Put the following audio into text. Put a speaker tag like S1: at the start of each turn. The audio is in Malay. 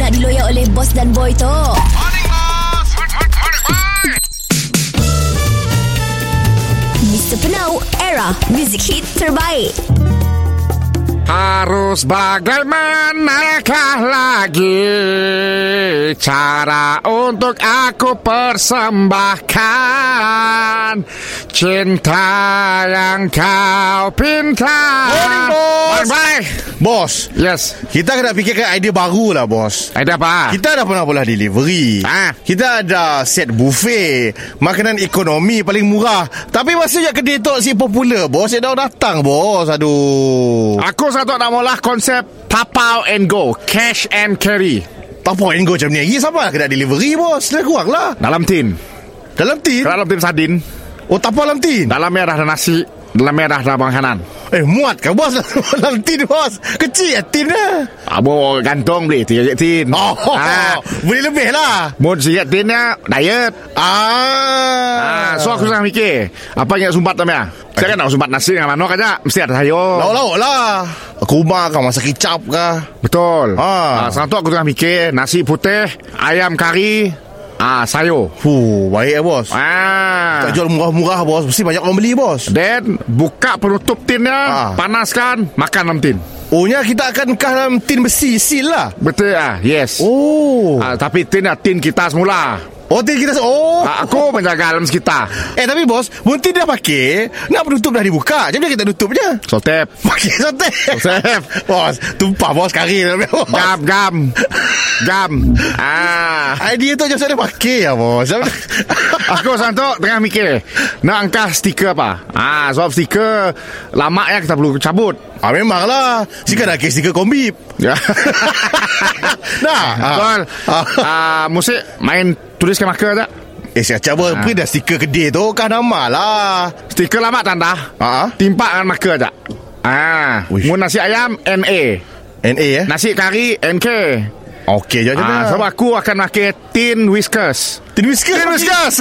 S1: nak diloyak oleh bos dan boy tu. Mr. Penau, era music hit terbaik.
S2: Harus bagaimanakah lagi cara untuk aku persembahkan cinta yang kau pinta.
S3: Morning, bos.
S2: Bye-bye.
S3: Bos
S2: Yes.
S3: Kita kena fikirkan idea baru lah bos
S2: Ada apa?
S3: Kita ada pernah pula delivery
S2: Ah.
S3: Kita ada set buffet Makanan ekonomi paling murah Tapi masa je kedai tu si popular bos Dia dah datang bos Aduh
S2: Aku satu nak mula konsep tapau and go, cash and carry
S3: Tak apa and go macam ni lagi Siapa lah kedai delivery bos Dia kurang lah
S2: dalam tin.
S3: Dalam tin
S2: Dalam tin sardin,
S3: Oh tak apa dalam tin
S2: dalamnya Ha? dah ada nasi, dalamnya dah ada makanan.
S3: Eh muat ke bos Dalam tin bos Kecil ya tin dah
S2: Abo gantung beli tiga tin.
S3: Oh
S2: Ah,
S3: Boleh lebih lah
S2: Mun sihat tinnya diet. Ah,
S3: Ah,
S2: so aku sangat mikir Apa yang nak sumpat tak Mia? Saya kan nak sumpat nasi dengan manok aja Mesti ada sayur
S3: Lauk-lauk lah Kurma kah Masak kicap kah
S2: Betul ah.
S3: Ah.
S2: Sekarang tu aku tengah mikir Nasi putih Ayam kari Ah, sayur
S3: Fuh, baik eh bos
S2: Ah.
S3: Tak jual murah-murah bos Mesti banyak orang beli bos
S2: Then buka penutup tinnya
S3: Ah.
S2: Panaskan Makan dalam tin
S3: Ohnya kita akan kah dalam tin besi Seal lah
S2: Betul ah, yes
S3: Oh
S2: ah, Tapi tin lah tin kita semula
S3: Oh tin kita Oh
S2: ah, Aku menjaga alam sekitar
S3: Eh tapi bos Mungkin dia dah pakai Nak penutup dah dibuka Macam mana kita tutup je
S2: Sotep
S3: Pakai sotep
S2: Sotep.
S3: Bos Tumpah bos kari dalam dia, bos.
S2: Gam gam Gam Ah
S3: Idea tu macam mana pakai ya bos
S2: Aku sekarang tu tengah mikir Nak angkat stiker apa Ah, Sebab stiker Lama ya kita perlu cabut
S3: Ah memang lah Sika dah kes tiga kombi
S2: Ya.
S3: Nah ah.
S2: Soal
S3: Ah.
S2: ah, Musik main tulis ke marker tak
S3: Eh siap cabar Pergi dah stiker kedai tu Kah nama lah
S2: Stiker lama tanda
S3: Ah, ah.
S2: Timpak dengan marker tak Ah,
S3: Uish.
S2: mun nasi ayam NA
S3: NA eh
S2: Nasi kari Ah, NK
S3: Okey je
S2: ah, Sebab aku akan pakai tin whiskers
S3: Tin whiskas
S2: Tin whiskers